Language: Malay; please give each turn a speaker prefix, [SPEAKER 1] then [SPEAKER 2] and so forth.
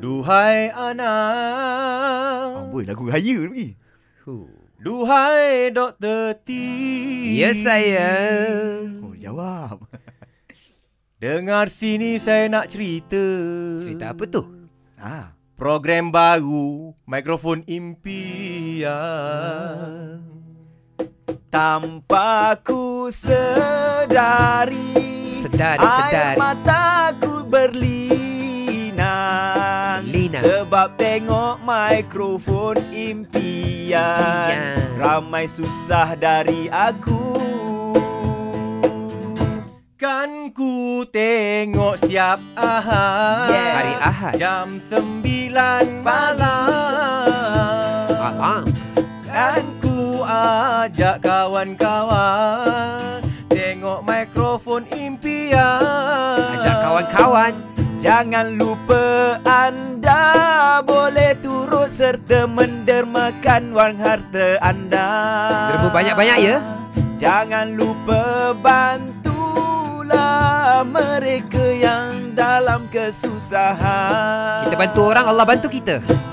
[SPEAKER 1] Duhai anak
[SPEAKER 2] Amboi Ah, lagu raya lagi.
[SPEAKER 3] Huh.
[SPEAKER 1] Duhai Dr. T
[SPEAKER 3] Ya saya.
[SPEAKER 2] Oh jawab.
[SPEAKER 1] Dengar sini saya nak cerita
[SPEAKER 3] Cerita apa tu?
[SPEAKER 2] Ah.
[SPEAKER 1] Program baru Mikrofon impian
[SPEAKER 2] Tanpa ku sedari
[SPEAKER 3] Sedari, sedari.
[SPEAKER 2] Air mataku berlinang
[SPEAKER 3] Linang.
[SPEAKER 2] Sebab tengok mikrofon impian
[SPEAKER 3] Impian.
[SPEAKER 2] Ramai susah dari aku
[SPEAKER 1] Kan ku tengok setiap ahad
[SPEAKER 2] Yeah.
[SPEAKER 3] Hari Ahad.
[SPEAKER 1] Jam sembilan malam
[SPEAKER 3] Alam.
[SPEAKER 1] Dan ku ajak kawan-kawan Tengok mikrofon impian
[SPEAKER 3] Ajak kawan-kawan.
[SPEAKER 2] Jangan lupa anda boleh turut serta mendermakan wang harta anda
[SPEAKER 3] Derma banyak-banyak ya.
[SPEAKER 2] Jangan lupa bantulah mereka yang dalam kesusahan
[SPEAKER 3] Kita bantu orang, Allah bantu kita.